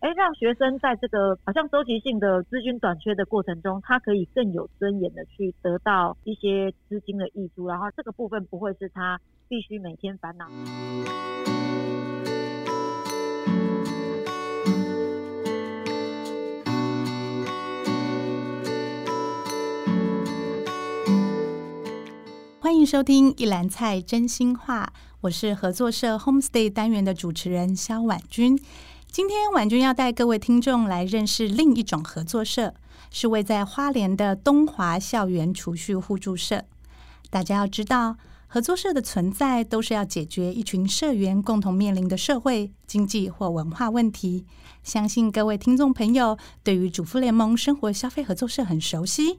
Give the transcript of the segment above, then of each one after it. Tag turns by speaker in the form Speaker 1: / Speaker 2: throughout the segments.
Speaker 1: 让学生在这个好像周期性的资金短缺的过程中，他可以更有尊严的去得到一些资金的益处，然后这个部分不会是他必须每天烦恼。
Speaker 2: 欢迎收听一篮菜真心话，我是合作社 Homestay 单元的主持人肖婉君。今天婉君要带各位听众来认识另一种合作社，是位在花莲的东华校园储蓄互助社。大家要知道，合作社的存在都是要解决一群社员共同面临的社会、经济或文化问题。相信各位听众朋友对于主妇联盟生活消费合作社很熟悉。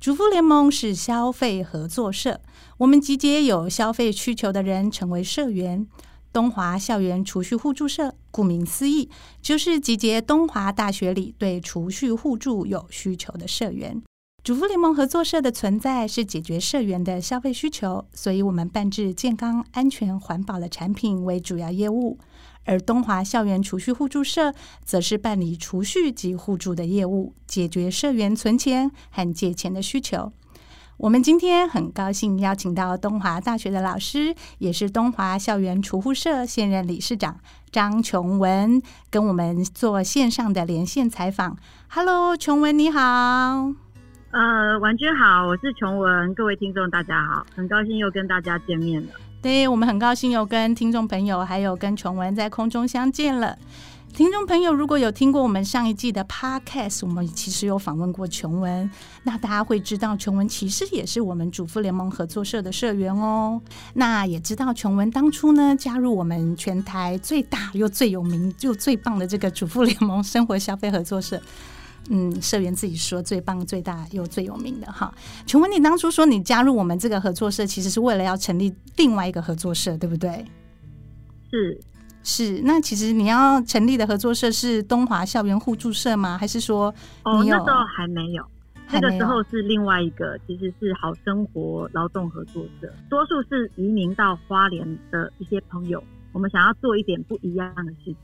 Speaker 2: 主妇联盟是消费合作社，我们集结有消费需求的人成为社员。东华校园储蓄互助社，顾名思义，就是集结东华大学里对储蓄互助有需求的社员。主妇联盟合作社的存在是解决社员的消费需求，所以我们办制健康、安全、环保的产品为主要业务，而东华校园储蓄互助社则是办理储蓄及互助的业务，解决社员存钱和借钱的需求。我们今天很高兴邀请到东华大学的老师，也是东华校园储户社现任理事长张琼文，跟我们做线上的连线采访。Hello，琼文你好。
Speaker 1: 呃，婉君好，我是琼文，各位听众大家好，很高兴又跟大家见面了。
Speaker 2: 对我们很高兴又跟听众朋友还有跟琼文在空中相见了。听众朋友，如果有听过我们上一季的 podcast，我们其实有访问过琼文，那大家会知道琼文其实也是我们主妇联盟合作社的社员哦。那也知道琼文当初呢加入我们全台最大又最有名又最棒的这个主妇联盟生活消费合作社，嗯，社员自己说最棒、最大又最有名的哈。琼文，你当初说你加入我们这个合作社，其实是为了要成立另外一个合作社，对不对？
Speaker 1: 是，
Speaker 2: 是，那其实你要成立的合作社是东华校园互助社吗？还是说
Speaker 1: 哦，
Speaker 2: 你
Speaker 1: 那
Speaker 2: 有
Speaker 1: 时候还没有，
Speaker 2: 还
Speaker 1: 那个
Speaker 2: 没
Speaker 1: 时
Speaker 2: 有
Speaker 1: 候是另外一个，其实是好生活劳动合作社，多数是移民到花莲的一些朋友，我们想要做一点不一样的事情。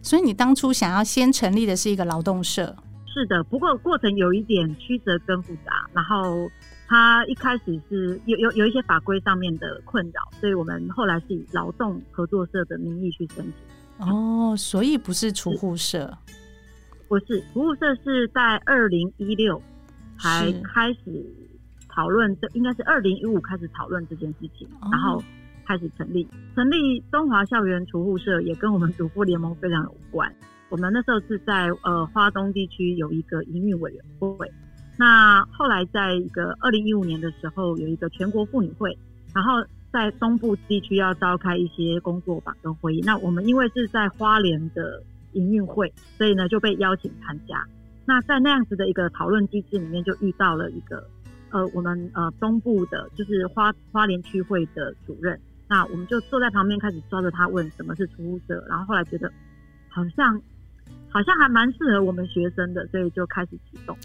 Speaker 2: 所以你当初想要先成立的是一个劳动社，
Speaker 1: 是的，不过过程有一点曲折跟复杂，然后他一开始是有有有一些法规上面的困扰，所以我们后来是以劳动合作社的名义去申请。
Speaker 2: 哦，所以不是储户社，
Speaker 1: 不是，服务社是在二零一六才
Speaker 2: 是
Speaker 1: 开始讨论这，应该是二零一五开始讨论这件事情，
Speaker 2: 哦
Speaker 1: 然后开始成立。成立东华校园储户社也跟我们主妇联盟非常有关。我们那时候是在呃花东地区有一个营运委员会，那后来在一个二零一五年的时候有一个全国妇女会，然后在东部地区要召开一些工作坊跟会议。那我们因为是在花莲的营运会，所以呢就被邀请参加。那在那样子的一个讨论机制里面，就遇到了一个呃，我们呃东部的，就是花花莲区会的主任。那我们就坐在旁边开始抓着他问什么是储户社，然后后来觉得好像好像还蛮适合我们学生的，所以就开始启动。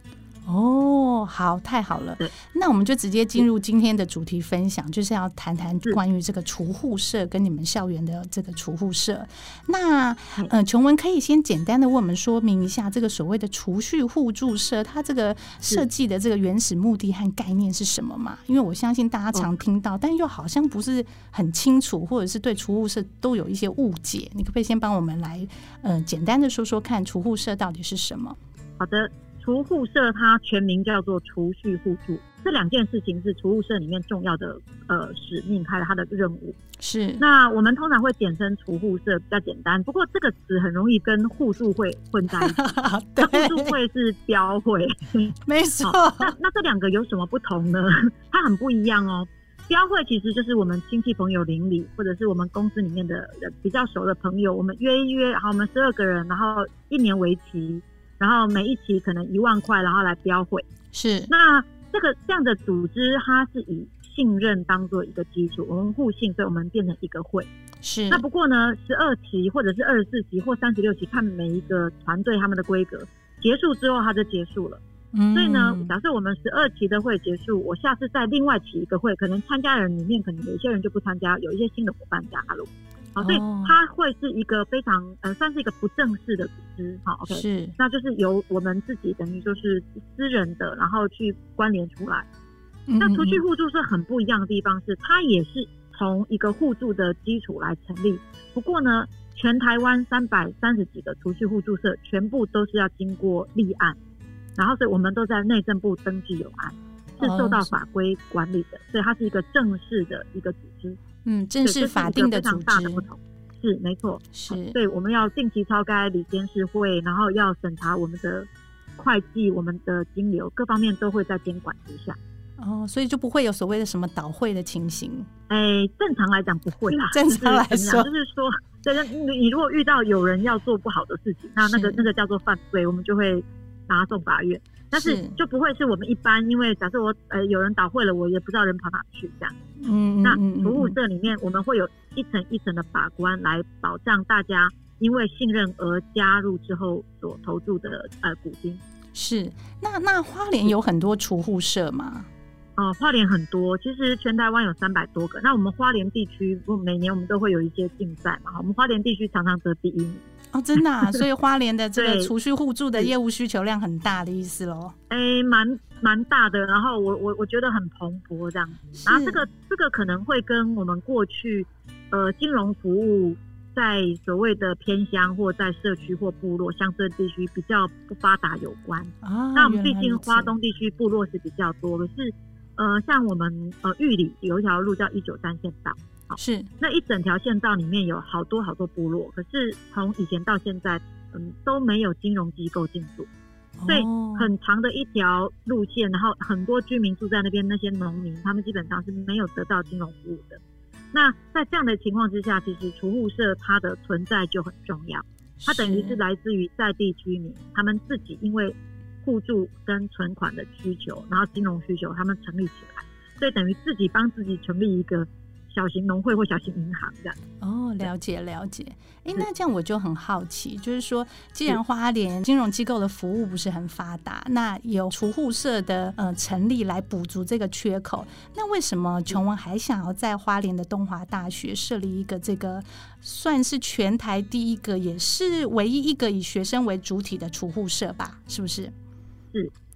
Speaker 2: 哦，好，太好了
Speaker 1: 对。嗯
Speaker 2: 那我们就直接进入今天的主题分享，就是要谈谈
Speaker 1: 是
Speaker 2: 关于这个储户社跟你们校园的这个储户社。那
Speaker 1: 嗯
Speaker 2: 呃，琼文可以先简单的为我们说明一下这个所谓的储蓄互助社，它这
Speaker 1: 嗯
Speaker 2: 个设计的这个原始目的和概念是什么嘛？因为我相信大
Speaker 1: 嗯
Speaker 2: 家常听到，但又好像不是很清楚，或者是对储户社都有一些误解。你可不可以先帮我们来呃简单的说说看储户社到底是什么？
Speaker 1: 好的，储户社它全名叫做储蓄互助，这两件事情是储户社里面重要的呃使命，还有它的任务。
Speaker 2: 是
Speaker 1: 那我们通常会简称储户社，比较简单。不过这个词很容易跟互助会混在一起，
Speaker 2: 对
Speaker 1: 那，互助会是标会。
Speaker 2: 没错。
Speaker 1: 那那这两个有什么不同呢？ 它很不一样哦。标会其实就是我们亲戚朋友邻里，或者是我们公司里面的人比较熟的朋友，我们约一约，然后我们十二个人，然后一年为期，然后每一期可能一万块，然后来标会。
Speaker 2: 是
Speaker 1: 那这个这样的组织，它是以信任当做一个基础，我们互信，所以我们变成一个会。
Speaker 2: 是
Speaker 1: 那不过呢，十二期或者是二十四期或三十六期，看每一个团队他们的规格。结束之后，它就结束了。
Speaker 2: 嗯
Speaker 1: 所以呢，假设我们十二期的会结束，我下次再另外起一个会，可能参加人里面可能有一些人就不参加，有一些新的伙伴加入。好，所以
Speaker 2: 哦
Speaker 1: 它会是一个非常呃，算是一个不正式的组织，好，OK，
Speaker 2: 是
Speaker 1: 那就是由我们自己等于就是私人的，然后去关联出来。
Speaker 2: 嗯
Speaker 1: 那
Speaker 2: 嗯
Speaker 1: 储蓄
Speaker 2: 嗯
Speaker 1: 互助是很不一样的地方是，它也是从一个互助的基础来成立。不过呢，全台湾三百三十几个储蓄互助社，全部都是要经过立案，然后所以我们都在内政部登记有案，是受
Speaker 2: 哦
Speaker 1: 到
Speaker 2: 是
Speaker 1: 法规管理的，所以它是一个正式的一个组织，
Speaker 2: 嗯，正
Speaker 1: 对
Speaker 2: 式
Speaker 1: 这
Speaker 2: 法
Speaker 1: 一个
Speaker 2: 定
Speaker 1: 非
Speaker 2: 的
Speaker 1: 常
Speaker 2: 组
Speaker 1: 大的不
Speaker 2: 织
Speaker 1: 同。是没错，
Speaker 2: 是
Speaker 1: 对，我们要定期超该理监事会，然后要审查我们的会计、我们的金流各方面都会在监管之下。
Speaker 2: 哦，所以就不会有所谓的什么倒会的情形。。
Speaker 1: 哎，正常来讲不会啦
Speaker 2: 正常来
Speaker 1: 就是怎么
Speaker 2: 说
Speaker 1: 样就是说，对，那你你如果遇到有人要做不好的事情，那那个
Speaker 2: 是
Speaker 1: 那个叫做犯罪，我们就会拿送法院。但是
Speaker 2: 是
Speaker 1: 就不会是我们一般，因为假设我呃有人倒会了，我也不知道人跑哪去这样。
Speaker 2: 嗯，嗯
Speaker 1: 那
Speaker 2: 嗯嗯
Speaker 1: 服务
Speaker 2: 嗯
Speaker 1: 社里面，我们会有一层一层的把关来保障大家因为信任而加入之后所投注的呃股金。
Speaker 2: 是那那花莲有很多储户社嘛？
Speaker 1: 哦，花莲很多，其实全台湾有三百多个。那我们花莲地区，我每年我们都会有一些竞赛嘛，我们花莲地区常常得第一名。
Speaker 2: 哦，真 的、啊，所以花莲的这个
Speaker 1: 对
Speaker 2: 储蓄互助的
Speaker 1: 是
Speaker 2: 业务需求量很大的意思喽。
Speaker 1: 诶，蛮蛮大的，然后我我我觉得很蓬勃这样子。然后
Speaker 2: 是
Speaker 1: 这个这个可能会跟我们过去，呃，金融服务在所谓的偏乡或在社区或部落乡村地区比较不发达有关。
Speaker 2: 啊，
Speaker 1: 那我们
Speaker 2: 原
Speaker 1: 毕
Speaker 2: 来
Speaker 1: 竟
Speaker 2: 如此
Speaker 1: 花东地区部落是比较多，可是呃，像我们呃玉里有一条路叫一九三县道，
Speaker 2: 是
Speaker 1: 那一整条县道里面有好多好多部落，可是从以前到现在，嗯，都没有金融机构进驻。所以
Speaker 2: 哦
Speaker 1: 很长的一条路线，然后很多居民住在那边，那些农民他们基本上是没有得到金融服务的。那在这样的情况之下，其实储户社它的存在就很重要，它等于是来自于在地居民他们自己因为互助跟存款的需求，然后金融需求，他们成立起来，所以等于自己帮自己成立一个小型农会或小型银行这样。
Speaker 2: 哦，了解了解。哎，
Speaker 1: 是
Speaker 2: 那这样我就很好奇，就是说，既然花莲金融机构的服务不是很发达，那有储户社的呃成立来补足这个缺口，那为什
Speaker 1: 嗯
Speaker 2: 么琼文还想要在花莲的东华大学设立一个这个算是全台第一个，也是唯一一个以学生为主体的储户社吧？是不
Speaker 1: 啊
Speaker 2: 是？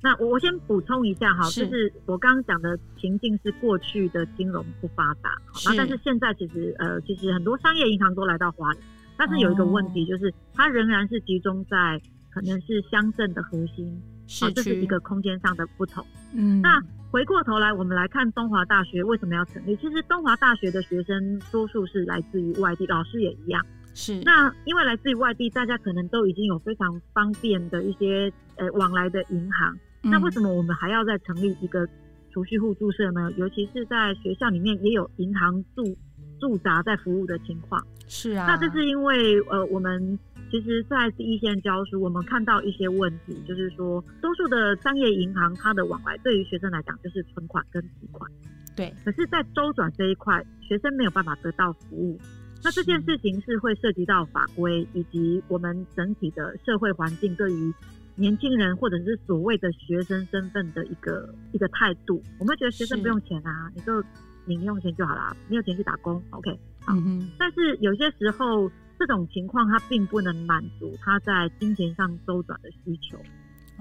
Speaker 1: 那我我先补充一下哈，
Speaker 2: 是
Speaker 1: 就是我刚刚讲的情境是过去的金融不发达，好
Speaker 2: 是
Speaker 1: 那但是现在其实呃，其实很多商业银行都来到花莲，但是有一个问题
Speaker 2: 哦
Speaker 1: 就是、它仍然是集中在可能是乡镇的核心，好，
Speaker 2: 市
Speaker 1: 啊这是
Speaker 2: 区
Speaker 1: 一个空间上的不同。
Speaker 2: 嗯，
Speaker 1: 那回过头来，我们来看东华大学为什么要成立？其实东华大学的学生多数是来自于外地，老师也一样。
Speaker 2: 是
Speaker 1: 那因为来自于外地，大家可能都已经有非常方便的一些呃往来的银行。那为什
Speaker 2: 么
Speaker 1: 么我们还要再成立一个储蓄互助社呢？尤其是在学校里面也有银行驻驻扎在服务的情况。
Speaker 2: 是啊？
Speaker 1: 那这是因为呃，我们其实，在第一线教书，我们看到一些问题，就是说，多数的商业银行它的往来对于学生来讲就是存款跟提款，
Speaker 2: 对
Speaker 1: 可是，在周转这一块，学生没有办法得到服务。那这件事情是会涉及到法规以及我们整体的社会环境对于年轻人或者是所谓的学生身份的一个一个态度。我们觉得学生
Speaker 2: 是
Speaker 1: 不用钱啊，你就领用钱就好啦，没有钱去打工，OK。
Speaker 2: 嗯哼
Speaker 1: 但是有些时候这种情况它并不能满足他在金钱上周转的需求。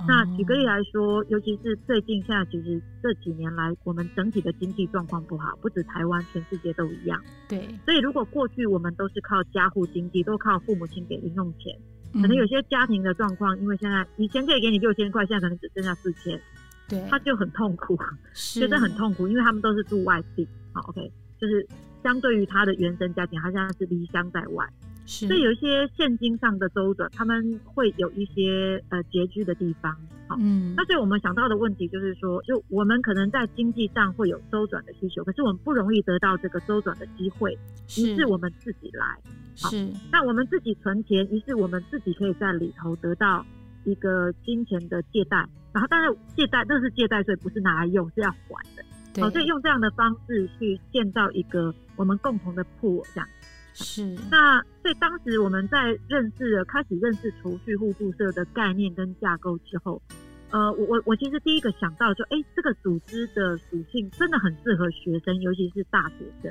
Speaker 1: 那举个例
Speaker 2: 哦
Speaker 1: 来说，尤其是最近现在，其实这几年来我们整体的经济状况不好，不止台湾，全世界都一样。
Speaker 2: 对，
Speaker 1: 所以，如果过去我们都是靠家户经济，都靠父母亲给零用钱，
Speaker 2: 可
Speaker 1: 可能有些家庭的状况，因为现在以前可以给你六千块，现在可能只剩下四千，
Speaker 2: 对，
Speaker 1: 他就很痛苦，
Speaker 2: 觉
Speaker 1: 觉得很痛苦，因为他们都是住外地。好，OK，就是相对于他的原生家庭，他现在是离乡在外，
Speaker 2: 是
Speaker 1: 所以有一些现金上的周转，他们会有一些呃拮据的地方。好，
Speaker 2: 嗯
Speaker 1: 那所以我们想到的问题就是说，就我们可能在经济上会有周转的需求，可是我们不容易得到这个周转的机会，于是我们自己来。好
Speaker 2: 是
Speaker 1: 那我们自己存钱，于是我们自己可以在里头得到一个金钱的借贷，然后当然借贷那是借贷税，不是拿来用，是要还的。
Speaker 2: 对
Speaker 1: 好，所以用这样的方式去建造一个我们共同的铺这样。
Speaker 2: 是
Speaker 1: 那所以当时我们在认识了开始认识储蓄互助社的概念跟架构之后，呃，我我我其实第一个想到就，哎，这个组织的属性真的很适合学生，尤其是大学生。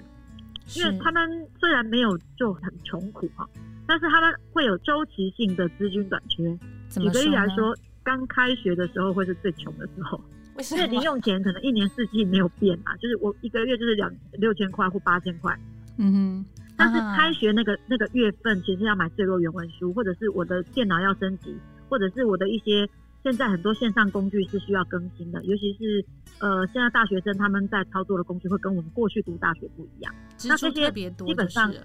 Speaker 1: 因为
Speaker 2: 是
Speaker 1: 他们虽然没有就很穷苦哈，但是他们会有周期性的资金短缺。
Speaker 2: 怎
Speaker 1: 举
Speaker 2: 么
Speaker 1: 个例来
Speaker 2: 呢，
Speaker 1: 说，刚开学的时候会是最穷的时候，
Speaker 2: 为什
Speaker 1: 因为零
Speaker 2: 么？
Speaker 1: 用钱可能一年四季没有变嘛，就是我一个月就是两六千块或八千块。
Speaker 2: 嗯哼，
Speaker 1: 但是
Speaker 2: 啊
Speaker 1: 开学那个那个月份，其实要买最弱原文书，或者是我的电脑要升级，或者是我的一些现在很多线上工具是需要更新的，尤其是呃现在大学生他们在操作的工具会跟我们过去读大学不一样，
Speaker 3: 支
Speaker 1: 那
Speaker 3: 出
Speaker 1: 这些
Speaker 3: 特别多，
Speaker 1: 基本
Speaker 3: 就是
Speaker 1: 上
Speaker 3: 了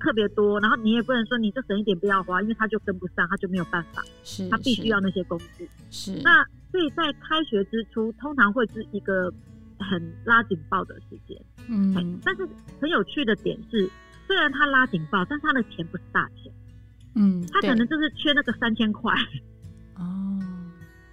Speaker 1: 特别多。然后你也不能说你就省一点不要花，因为他就跟不上，他就没有办法，
Speaker 3: 是
Speaker 1: 他必须
Speaker 3: 是
Speaker 1: 要那些工具。
Speaker 3: 是
Speaker 1: 那所以在开学之初，通常会是一个很拉警报的时间。
Speaker 2: 嗯
Speaker 1: 但是很有趣的点是，虽然他拉警报，但是他的钱不是大钱。
Speaker 2: 嗯，
Speaker 1: 他
Speaker 2: 对
Speaker 1: 可能就是缺那个三千块，
Speaker 2: 哦，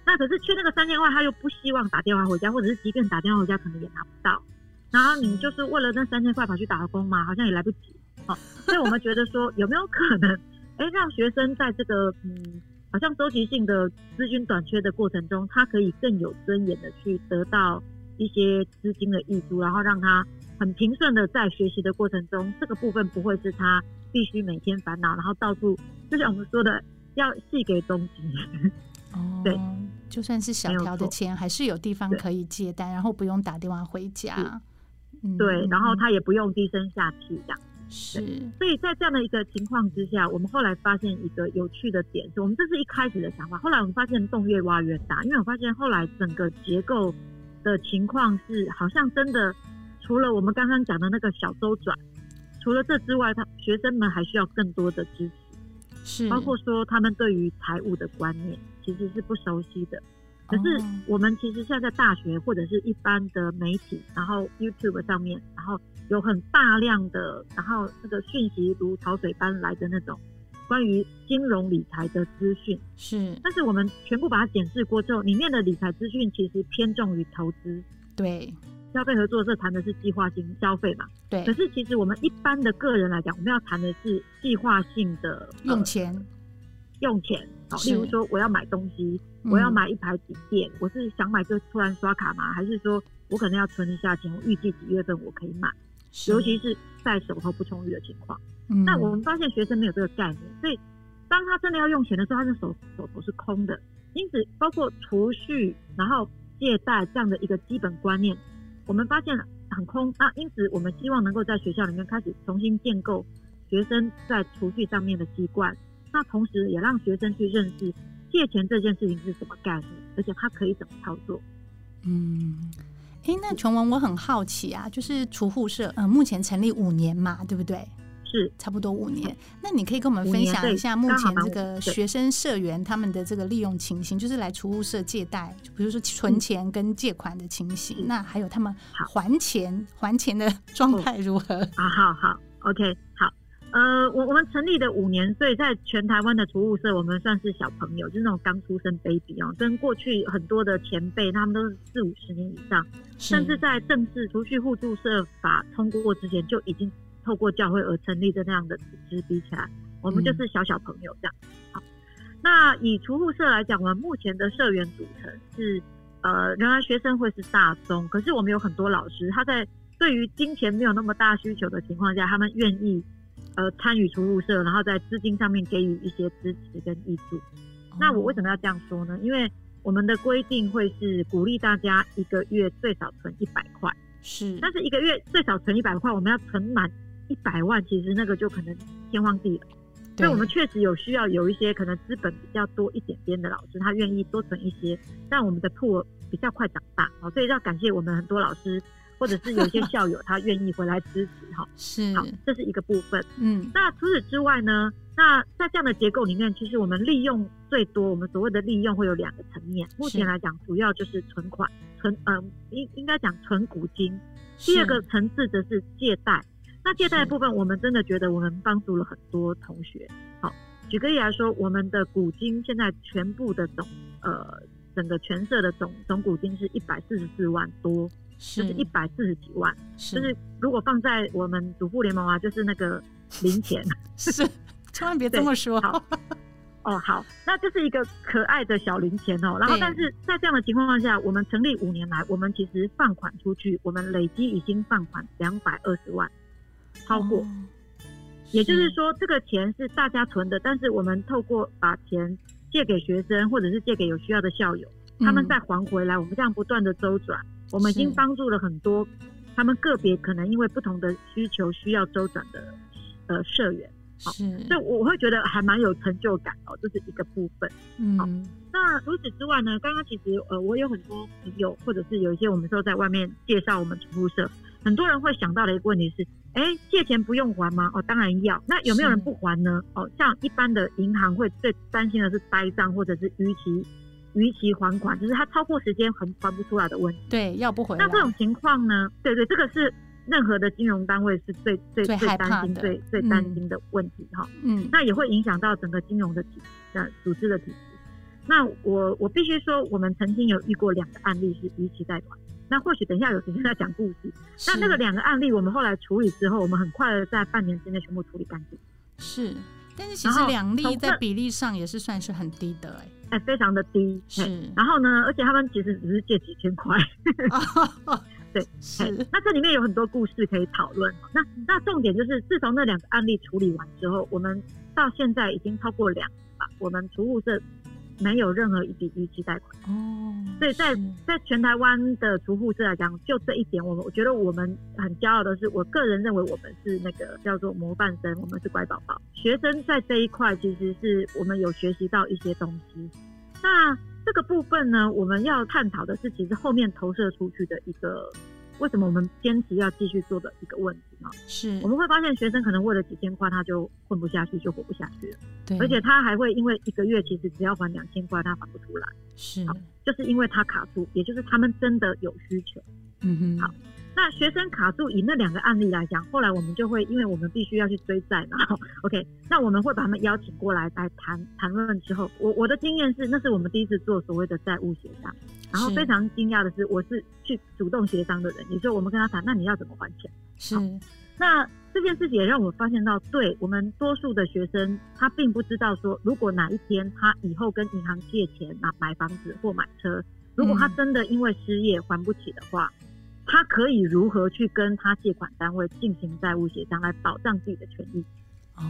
Speaker 1: 那可是缺那个三千块，他又不希望打电话回家，或者是即便打电话回家，可能也拿不到。然后你就是为了那三千块跑去打工嘛，好像也来不及。哦，所以我们觉得说，有没有可能，哎，让学生在这个嗯，好像周期性的资金短缺的过程中，他可以更有尊严的去得到一些资金的益处，然后让他很平顺的在学习的过程中，这个部分不会是他必须每天烦恼，然后到处就像我们说的，要细给东西。
Speaker 2: 哦，
Speaker 1: 对，
Speaker 2: 就算是小
Speaker 1: 没有
Speaker 2: 条的
Speaker 1: 错
Speaker 2: 钱，还是有地方
Speaker 1: 对
Speaker 2: 可以借贷，然后不用打电话回家。嗯
Speaker 1: 对，然后
Speaker 2: 嗯
Speaker 1: 他也不用低声下气这样。
Speaker 2: 是
Speaker 1: 所以在这样的一个情况之下，我们后来发现一个有趣的点是，我们这是一开始的想法，后来我们发现洞越挖越大，因为我发现后来整个结构的情况是，好像真的除了我们刚刚讲的那个小周转，除了这之外，他学生们还需要更多的支持。
Speaker 2: 是，
Speaker 1: 包括说他们对于财务的观念其实是不熟悉的。可是
Speaker 2: 哦
Speaker 1: 我们其实现在在大学或者是一般的媒体，然后 YouTube 上面，然后有很大量的，然后那个讯息如潮水般来的那种关于金融理财的资讯，
Speaker 2: 是
Speaker 1: 但是我们全部把它检视过之后，里面的理财资讯其实偏重于投资。
Speaker 2: 对
Speaker 1: 消费合作社谈的是计划性消费嘛，
Speaker 2: 对
Speaker 1: 可，是其实我们一般的个人来讲，我们要谈的是计划性的呃
Speaker 2: 用钱，
Speaker 1: 用钱，好，
Speaker 2: 是
Speaker 1: 例如说我要买东西，我要
Speaker 2: 嗯
Speaker 1: 买一排几件，我是想买就突然刷卡吗？还是说我可能要存一下钱，我预计几月份我可以买？
Speaker 2: 是
Speaker 1: 尤其是在手头不充裕的情况，
Speaker 2: 嗯
Speaker 1: 那我们发现学生没有这个概念，所以当他真的要用钱的时候，他的手手头是空的。因此，包括储蓄，然后借贷这样的一个基本观念，我们发现很空。那因此，我们希望能够在学校里面开始重新建构学生在储蓄上面的习惯，那同时也让学生去认识借钱这件事情是什么概念，而且他可以怎么操作。
Speaker 2: 嗯，哎，那琼文，我很好奇啊，就是储户社，呃，目前成立五年嘛，对不对？
Speaker 1: 是
Speaker 2: 差不多五年。那你可以跟我们
Speaker 1: 五
Speaker 2: 分
Speaker 1: 年
Speaker 2: 享
Speaker 1: 对
Speaker 2: 一下目
Speaker 1: 刚好
Speaker 2: 前
Speaker 1: 满
Speaker 2: 这
Speaker 1: 五
Speaker 2: 个
Speaker 1: 对
Speaker 2: 学生社员他们的这个利用情形，就是来储户社借贷，就比如说存钱跟借款的情形。
Speaker 1: 嗯
Speaker 2: 那还有他们
Speaker 1: 好
Speaker 2: 还钱还钱的状态如何？
Speaker 1: 啊，好好，OK，好。呃，我我们成立的五年，所以在全台湾的储物社，我们算是小朋友，就是那种刚出生 baby 哦，跟过去很多的前辈，他们都是四五十年以上，甚至在正式储蓄互助社法通过之前，就已经透过教会而成立的那样的组织比起来，我们就是小小朋友这样。好，那以储户社来讲，我们目前的社员组成是呃，仍然学生会是大宗，可是我们有很多老师，他在对于金钱没有那么大需求的情况下，他们愿意呃参与储户社，然后在资金上面给予一些支持跟益助。那我为什
Speaker 2: 么？
Speaker 1: 么要这样说呢？因为我们的规定会是鼓励大家一个月最少存一百块，
Speaker 2: 是
Speaker 1: 但是一个月最少存一百块，我们要存满一百万，其实那个就可能天荒地老。所
Speaker 2: 对
Speaker 1: 以我们确实有需要有一些可能资本比较多一点点的老师，他愿意多存一些，让我们的铺比较快长大。好，所以要感谢我们很多老师，或者是有一些校友，他愿意回来支持哈。
Speaker 2: 是
Speaker 1: 好，这是一个部分。
Speaker 2: 嗯
Speaker 1: 那除此之外呢？那在这样的结构里面，其实我们利用最多，我们所谓的利用会有两个层面。目前来讲，主要就是存款、存嗯、应应该讲存股金。第二个
Speaker 2: 是
Speaker 1: 层次则是借贷。那借贷的
Speaker 2: 是
Speaker 1: 部分，我们真的觉得我们帮助了很多同学。好，举个例来说，我们的股金现在全部的总呃整个全社的总总股金是一百四十四万多，就是是一百四十几万，
Speaker 2: 是
Speaker 1: 就是如果放在我们主妇联盟啊，就是那个零钱。
Speaker 2: 是， 千万别这
Speaker 1: 对
Speaker 2: 么说。
Speaker 1: 好哦，好，那这是一个可爱的小零钱哦。然后
Speaker 2: 对，
Speaker 1: 但是在这样的情况下，我们成立五年来，我们其实放款出去，我们累积已经放款两百二十万。超过。
Speaker 2: 哦
Speaker 1: 也就是，说，这个钱是大家存的，但是我们透过把钱借给学生，或者是借给有需要的校友，他们
Speaker 2: 嗯
Speaker 1: 再还回来，我们这样不断的周转，我们已经
Speaker 2: 是
Speaker 1: 帮助了很多他们个别可能因为不同的需求需要周转的呃社员，
Speaker 2: 是，
Speaker 1: 所以我会觉得还蛮有成就感哦，这是一个部分。
Speaker 2: 嗯，
Speaker 1: 那除此之外呢，刚刚其实呃，我有很多朋友，或者是有一些我们说在外面介绍我们主妇社，很多人会想到的一个问题是，哎，借钱不用还吗？哦，当然要。那有没有人
Speaker 2: 是
Speaker 1: 不还呢？哦，像一般的银行会最担心的是呆账或者是逾期、逾期还款，就是它超过时间还还不出来的问题。
Speaker 2: 对，要不回来
Speaker 1: 那，这种情况呢？对对，这个是任何的金融单位是最最
Speaker 2: 最
Speaker 1: 最
Speaker 2: 害怕
Speaker 1: 担心、
Speaker 2: 的
Speaker 1: 最最担
Speaker 2: 嗯
Speaker 1: 心的问题哈、
Speaker 2: 嗯，
Speaker 1: 那也会影响到整个金融的体呃组织的体制。那我我必须说，我们曾经有遇过两个案例是逾期贷款。那或许等一下有时间再讲故事。那
Speaker 2: 是
Speaker 1: 那个两个案例，我们后来处理之后，我们很快的在半年之内全部处理干净，
Speaker 2: 是，但是其
Speaker 1: 然
Speaker 2: 实
Speaker 1: 后
Speaker 2: 两例
Speaker 1: 从
Speaker 2: 在
Speaker 1: 这
Speaker 2: 比例上也是算是很低的，哎，
Speaker 1: 哎，非常的低。嘿
Speaker 2: 是，
Speaker 1: 然后呢，而且他们其实只是借几千块。 对，
Speaker 2: 是
Speaker 1: 嘿，那这里面有很多故事可以讨论。哦那那重点就是，自从那两个案例处理完之后，我们到现在已经超过两年吧，我们储户是没有任何一笔逾期贷款。
Speaker 2: 哦，
Speaker 1: 所以在
Speaker 2: 是
Speaker 1: 在全台湾的除户制来讲，就这一点，我们我觉得我们很骄傲的是，我个人认为我们是那个叫做模范生，我们是乖宝宝。学生在这一块其实是我们有学习到一些东西。那这个部分呢，我们要探讨的是，其实后面投射出去的一个为什么我们坚持要继续做的一个问题啊。
Speaker 2: 是
Speaker 1: 我，们会发现，学生可能为了几千块，他就混不下去，就活不下去了，
Speaker 2: 对，
Speaker 1: 而且他还会因为一个月其实只要还两千块，他还不出来。
Speaker 2: 是，
Speaker 1: 就是因为他卡住，也就是他们真的有需求。
Speaker 2: 嗯哼，
Speaker 1: 好那学生卡住，以那两个案例来讲，后来我们就会，因为我们必须要去追债嘛，OK，那我们会把他们邀请过来来谈谈论之后，我我的经验是，那是我们第一次做所谓的债务协商，然后
Speaker 2: 是
Speaker 1: 非常惊讶的是，我是去主动协商的人，也就是我们跟他谈，那你要怎么还钱？
Speaker 2: 是，
Speaker 1: 那这件事情也让我发现到，对我们多数的学生，他并不知道说，如果哪一天他以后跟银行借钱买买房子或买车，如果他
Speaker 2: 嗯
Speaker 1: 真的因为失业还不起的话，他可以如何去跟他借款单位进行债务协商，来保障自己的权益？
Speaker 2: 哦，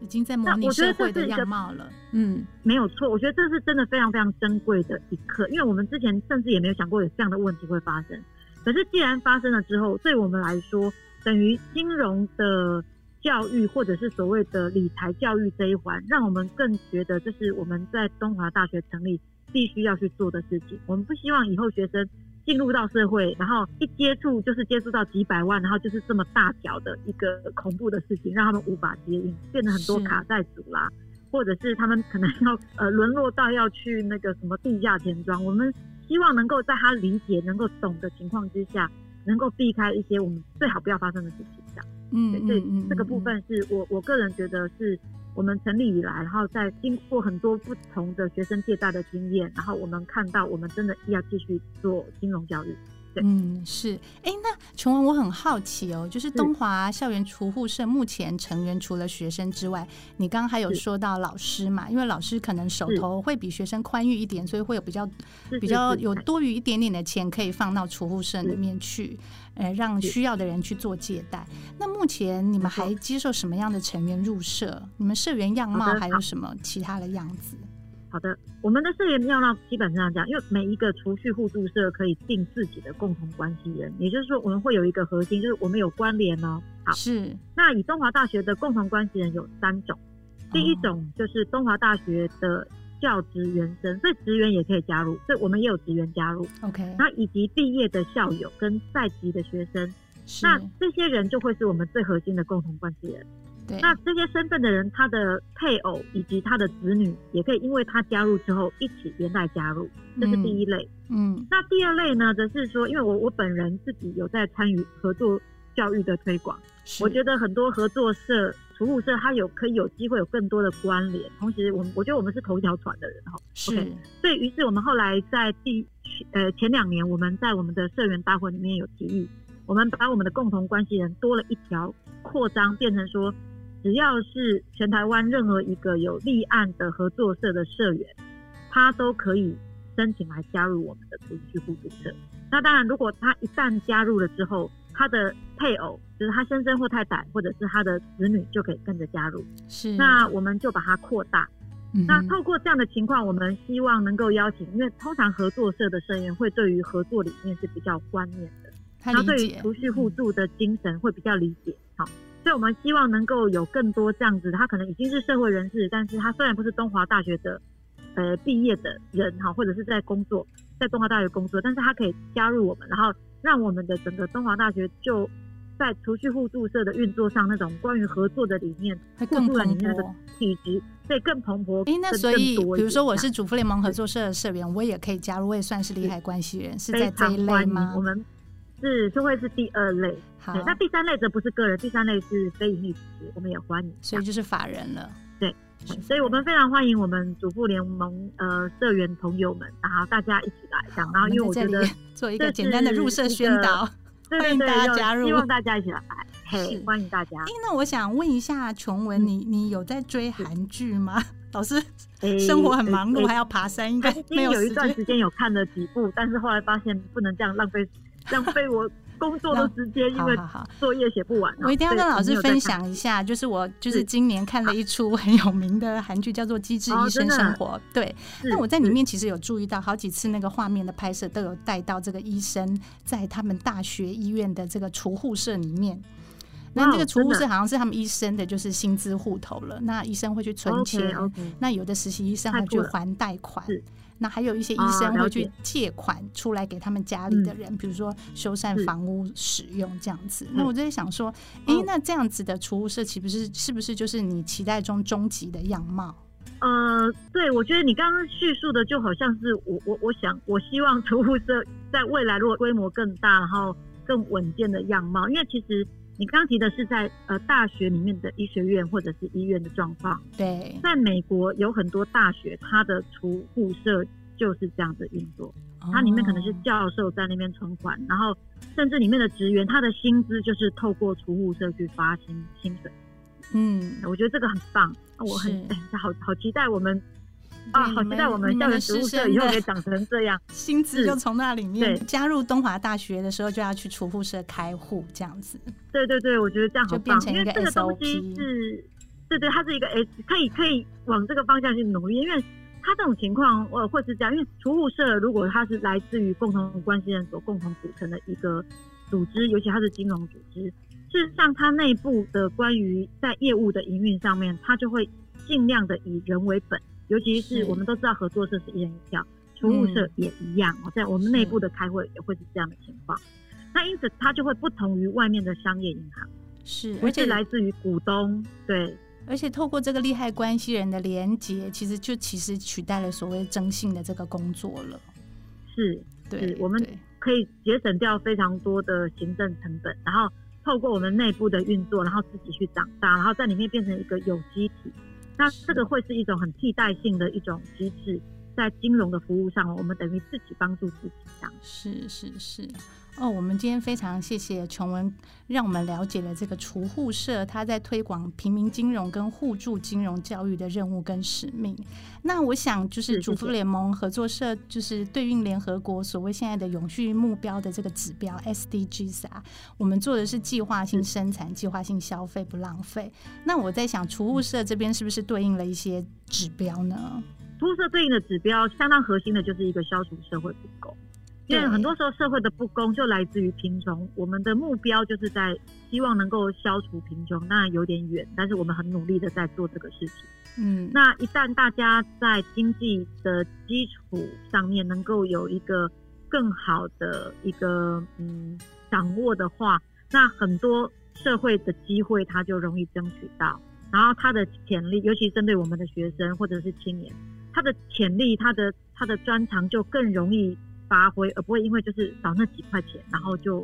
Speaker 2: 已经在模
Speaker 1: 那
Speaker 2: 拟
Speaker 1: 我觉
Speaker 2: 社
Speaker 1: 得这
Speaker 2: 会的
Speaker 1: 是一个
Speaker 2: 样貌了，嗯，
Speaker 1: 没有错，我觉得这是真的非常非常珍贵的一刻，因为我们之前甚至也没有想过有这样的问题会发生。可是既然发生了之后，对我们来说，等于金融的教育或者是所谓的理财教育这一环，让我们更觉得这是我们在东华大学成立必须要去做的事情。我们不希望以后学生进入到社会，然后一接触就是接触到几百万，然后就是这么大条的一个恐怖的事情，让他们无法接应，变得很多
Speaker 2: 是
Speaker 1: 卡债族啦。或者是他们可能要呃沦落到要去那个什么地下钱庄。我们希望能够在他理解、能够懂的情况之下，能够避开一些我们最好不要发生的事情。这样，
Speaker 2: 嗯
Speaker 1: 对，
Speaker 2: 嗯
Speaker 1: 所
Speaker 2: 嗯
Speaker 1: 以这个
Speaker 2: 嗯
Speaker 1: 部
Speaker 2: 嗯
Speaker 1: 分是我我个人觉得是我们成立以来，然后在经过很多不同的学生借贷的经验，然后我们看到我们真的要继续做金融教育。对
Speaker 2: 嗯，是。哎，那琼文，我很好奇哦，就是东华校园除护社目前成员除了学生之外，你刚刚还有
Speaker 1: 是
Speaker 2: 说到老师嘛，因为老师可能手
Speaker 1: 是
Speaker 2: 头会比学生宽裕一点，所以会有比较
Speaker 1: 是
Speaker 2: 比
Speaker 1: 是
Speaker 2: 较
Speaker 1: 是
Speaker 2: 有多余一点点的钱可以放到储户社里面去，呃，让
Speaker 1: 是
Speaker 2: 需要的人去做借贷。那目前你们
Speaker 1: 没错
Speaker 2: 还接受什么样的成员入社？你们社员样貌
Speaker 1: 好的
Speaker 2: 还有
Speaker 1: 好
Speaker 2: 什么其他的样子？
Speaker 1: 好的，我们的社员要让基本上讲，因为每一个储蓄互助社可以定自己的共同关系人，也就是说我们会有一个核心，就是我们有关联哦。好，
Speaker 2: 是
Speaker 1: 那以东华大学的共同关系人有三种，
Speaker 2: 哦
Speaker 1: 第一种就是东华大学的教职员生，所以职员也可以加入，所以我们也有职员加入，
Speaker 2: 哦 OK，
Speaker 1: 那以及毕业的校友跟在籍的学生，
Speaker 2: 是
Speaker 1: 那这些人就会是我们最核心的共同关系人。
Speaker 2: 对
Speaker 1: 那这些身份的人，他的配偶以及他的子女，也可以因为他加入之后一起连带加入，这是第一类。
Speaker 2: 嗯
Speaker 1: 那第二类呢，则是说，因为我我本人自己有在参与合作教育的推广，
Speaker 2: 是
Speaker 1: 我觉得很多合作社、服务社，它有可以有机会有更多的关联。同时，我们我觉得我们是同一条船的人哈，
Speaker 2: 是
Speaker 1: 所以于是我们后来在第呃前两年，我们在我们的社员大会里面有提议，我们把我们的共同关系人多了一条扩张，变成说，只要是全台湾任何一个有立案的合作社的社员，他都可以申请来加入我们的储蓄互助社。那当然，如果他一旦加入了之后，他的配偶，就是他先生或太太，或者是他的子女，就可以跟着加入。
Speaker 2: 是
Speaker 1: 那我们就把它扩大。
Speaker 2: 嗯
Speaker 1: 那
Speaker 2: 哼
Speaker 1: 透过这样的情况，我们希望能够邀请，因为通常合作社的社员会对于合作理念是比较观念的，
Speaker 2: 他
Speaker 1: 然后
Speaker 2: 理
Speaker 1: 对于
Speaker 2: 解嗯
Speaker 1: 储蓄互助的精神会比较理解。好，所以我们希望能够有更多这样子，他可能已经是社会人士，但是他虽然不是东华大学的呃毕业的人哈，或者是在工作，在东华大学工作，但是他可以加入我们，然后让我们的整个东华大学就在储蓄互助社的运作上，那种关于合作的理念
Speaker 2: 会
Speaker 1: 互
Speaker 2: 更
Speaker 1: 助的理
Speaker 2: 蓬
Speaker 1: 念那个
Speaker 2: 勃。
Speaker 1: 体质，对更蓬勃。
Speaker 2: 诶，那
Speaker 1: 更
Speaker 2: 所以
Speaker 1: 更多一
Speaker 2: 比如
Speaker 1: 点
Speaker 2: 说我
Speaker 1: 这
Speaker 2: 是
Speaker 1: 样
Speaker 2: 主妇联盟合作社的社员，我也可以加入，我也算是利
Speaker 1: 是
Speaker 2: 害关系人，是在
Speaker 1: 非
Speaker 2: 这一
Speaker 1: 常
Speaker 2: 类
Speaker 1: 欢迎
Speaker 2: 吗
Speaker 1: 我？们是就会是第二类，
Speaker 2: 好
Speaker 1: 对，，那第三类则不是个人，第三类是非营利组织，我们也欢迎这
Speaker 2: 所以
Speaker 1: 样。
Speaker 2: 就是法人了。
Speaker 1: 对
Speaker 2: 是法人，
Speaker 1: 所以我们非常欢迎我们主妇联盟呃社员朋友们，然后大家一起来这样。然后因为
Speaker 2: 我们
Speaker 1: 我觉
Speaker 2: 在这
Speaker 1: 得
Speaker 2: 里 做一个
Speaker 1: 这
Speaker 2: 简单的入
Speaker 1: 是
Speaker 2: 社
Speaker 1: 一
Speaker 2: 宣
Speaker 1: 个
Speaker 2: 导。
Speaker 1: 对
Speaker 2: 欢
Speaker 1: 对
Speaker 2: 迎
Speaker 1: 对，
Speaker 2: 大家
Speaker 1: 就
Speaker 2: 加入
Speaker 1: 希望大家一 起来，嘿
Speaker 2: 是，
Speaker 1: 欢迎大家。
Speaker 2: 诶，那我想问一下琼
Speaker 1: 嗯
Speaker 2: 文，你你有在追韩剧吗？ 老师
Speaker 1: 诶
Speaker 2: 生活很忙
Speaker 1: 诶
Speaker 2: 碌，还要爬山，应该
Speaker 1: 曾经
Speaker 2: 没有
Speaker 1: 哎有
Speaker 2: 时
Speaker 1: 一段
Speaker 2: 间。
Speaker 1: 时间有看了几部，但是后来发现不能这样浪费浪费我工作的时间，因
Speaker 2: 好
Speaker 1: 为
Speaker 2: 好好，
Speaker 1: 作业写不完啊、
Speaker 2: 我一定要
Speaker 1: 所以
Speaker 2: 跟老
Speaker 1: 没
Speaker 2: 师
Speaker 1: 有再
Speaker 2: 分
Speaker 1: 看。
Speaker 2: 享一下，就是我就是
Speaker 1: 是
Speaker 2: 今年看了一出很有名的韩剧，叫做《机智
Speaker 1: 哦
Speaker 2: 医生
Speaker 1: 真的
Speaker 2: 生活》。对，
Speaker 1: 是
Speaker 2: 那我在里面其实有注意到好几次那个画面的拍摄都有带到这个医生在他们大学医院的这个除护社里面。那
Speaker 1: 哇哦
Speaker 2: 这个除护
Speaker 1: 真
Speaker 2: 社
Speaker 1: 的
Speaker 2: 好像是他们医生的，就是薪资户头了。那医生会去存钱
Speaker 1: OK OK，
Speaker 2: 那有的实习医生
Speaker 1: 太
Speaker 2: 还
Speaker 1: 酷
Speaker 2: 去
Speaker 1: 了
Speaker 2: 还贷款
Speaker 1: 是，
Speaker 2: 那还有一些医
Speaker 1: 哦
Speaker 2: 生
Speaker 1: 了
Speaker 2: 会去
Speaker 1: 解嗯
Speaker 2: 借款出来给他们家里的人，比如说修缮
Speaker 1: 是
Speaker 2: 房屋使用这样子。那
Speaker 1: 嗯
Speaker 2: 我就在想说，诶，
Speaker 1: 哦
Speaker 2: 那这样子的储物社岂不是是不是就是你期待中终极的样貌？
Speaker 1: 呃，对，我觉得你刚刚叙述的就好像是我我我想我希望储户社在未来如果规模更大，然后更稳健的样貌，因为其实你刚刚提的是在呃大学里面的医学院或者是医院的状况，
Speaker 2: 对，
Speaker 1: 在美国有很多大学它的储户社就是这样子运作，它里面可能是
Speaker 2: 哦
Speaker 1: 教授在那边存款，然后甚至里面的职员他的薪资就是透过储户社去发薪薪水。
Speaker 2: 嗯，
Speaker 1: 我觉得这个很棒，啊我很哎
Speaker 2: 是
Speaker 1: 好好期待我们啊，
Speaker 2: 对
Speaker 1: 好
Speaker 2: 你
Speaker 1: 期待
Speaker 2: 们
Speaker 1: 我
Speaker 2: 你
Speaker 1: 们
Speaker 2: 们
Speaker 1: 校
Speaker 2: 的
Speaker 1: 园植
Speaker 2: 师
Speaker 1: 物社
Speaker 2: 生
Speaker 1: 以后
Speaker 2: 的
Speaker 1: 可以长成这样。
Speaker 2: 薪资
Speaker 1: 是
Speaker 2: 就从那里面
Speaker 1: 对
Speaker 2: 加入东华大学的时候就要去储户社开户这样子。
Speaker 1: 对对对，我觉得这样好
Speaker 2: 就变
Speaker 1: 棒，
Speaker 2: 成
Speaker 1: 因
Speaker 2: 一
Speaker 1: 为
Speaker 2: 个
Speaker 1: 这个东西
Speaker 2: SOP
Speaker 1: 是，对对，它是一个 S，可以可以往这个方向去努力，因为。它这种情况，呃，会是这样，因为储户社如果它是来自于共同关系人所共同组成的一个组织，尤其它是金融组织，事实上它内部的关于在业务的营运上面，它就会尽量的以人为本，尤其
Speaker 2: 是
Speaker 1: 是我们都知道合作社是一人一票，储户社
Speaker 2: 嗯
Speaker 1: 也一样哦，在我们内
Speaker 2: 是
Speaker 1: 部的开会也会是这样的情况。那因此它就会不同于外面的商业银行，
Speaker 2: 是，
Speaker 1: 不
Speaker 2: 而且
Speaker 1: 是来自于股东，对，
Speaker 2: 而且透过这个利害关系人的连结，其实就其实取代了所谓征信的这个工作了。
Speaker 1: 是
Speaker 2: 对
Speaker 1: 嗯是，我们
Speaker 2: 对
Speaker 1: 可以节省掉非常多的行政成本，然后透过我们内部的运作，然后自己去长大，然后在里面变成一个有机体。那
Speaker 2: 是
Speaker 1: 这个会是一种很替代性的一种机制，在金融的服务上，我们等于自己帮助自己这样。
Speaker 2: 是是是。哦，我们今天非常谢谢琼文，让我们了解了这个除户社它在推广平民金融跟互助金融教育的任务跟使命。那我想就是
Speaker 1: 是
Speaker 2: 主妇
Speaker 1: 谢谢
Speaker 2: 联盟合作社，就是对应联合国所谓现在的永续目标的这个指标 SDGs 啊，我们做的是计划性生产、计划性消费，不浪费。那我在想，
Speaker 1: 嗯
Speaker 2: 除户社这边是不是对应了一些指标呢？
Speaker 1: 涂色对应的指标，相当核心的就是一个消除社会不公，因为
Speaker 2: 对
Speaker 1: 很多时候社会的不公就来自于贫穷。我们的目标就是在希望能够消除贫穷，当然有点远，但是我们很努力的在做这个事情。
Speaker 2: 嗯，
Speaker 1: 那一旦大家在经济的基础上面能够有一个更好的一个嗯掌握的话，那很多社会的机会他就容易争取到，然后他的潜力，尤其针对我们的学生或者是青年，他的潜力、他的他的专长就更容易发挥，而不会因为就是少那几块钱，然后就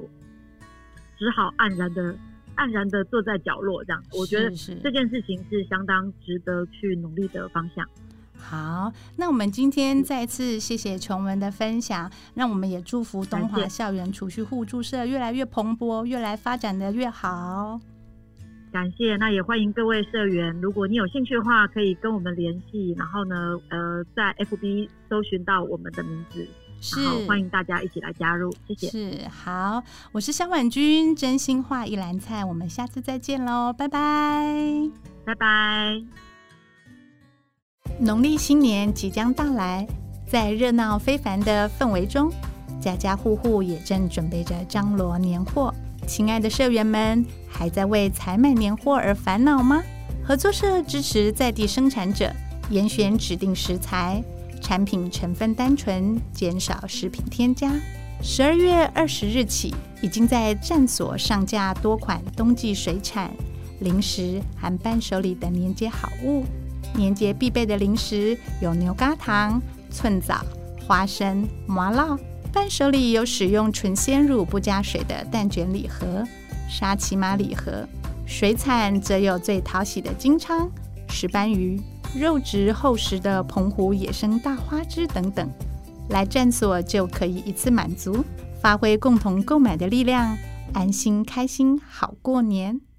Speaker 1: 只好黯然的黯然的坐在角落这样。我觉得
Speaker 2: 是
Speaker 1: 这件事情是相当值得去努力的方向。
Speaker 2: 好，那我们今天再次谢谢琼文的分享，让我们也祝福东华
Speaker 1: 感谢
Speaker 2: 校园储蓄互助社越来越蓬勃，越来发展的越好。
Speaker 1: 感谢，那也欢迎各位社员，如果你有兴趣的话，可以跟我们联系，然后呢，呃，在 FB 搜寻到我们的名字，
Speaker 2: 是
Speaker 1: 好，欢迎大家一起来加入，谢谢。
Speaker 2: 是好，我是肖婉君，真心话一篮菜，我们下次再见喽，拜拜。
Speaker 1: 拜拜。
Speaker 2: 农历新年即将到来，在热闹非凡的氛围中，家家户户也正准备着张罗年货。亲爱的社员们，还在为采买年货而烦恼吗？合作社支持在地生产者，严选指定食材，产品成分单纯，减少食品添加。十二月二十日起，已经在站所上架多款冬季水产、零食含伴手礼等年节好物。年节必备的零食有牛轧糖、寸枣、花生、麻酪，伴手礼有使用纯鲜乳不加水的蛋卷礼盒、沙琪玛礼盒。水产则有最讨喜的金鲳、石斑鱼、肉质厚实的澎湖野生大花枝等等。来站所就可以一次满足，发挥共同购买的力量，安心开心好过年。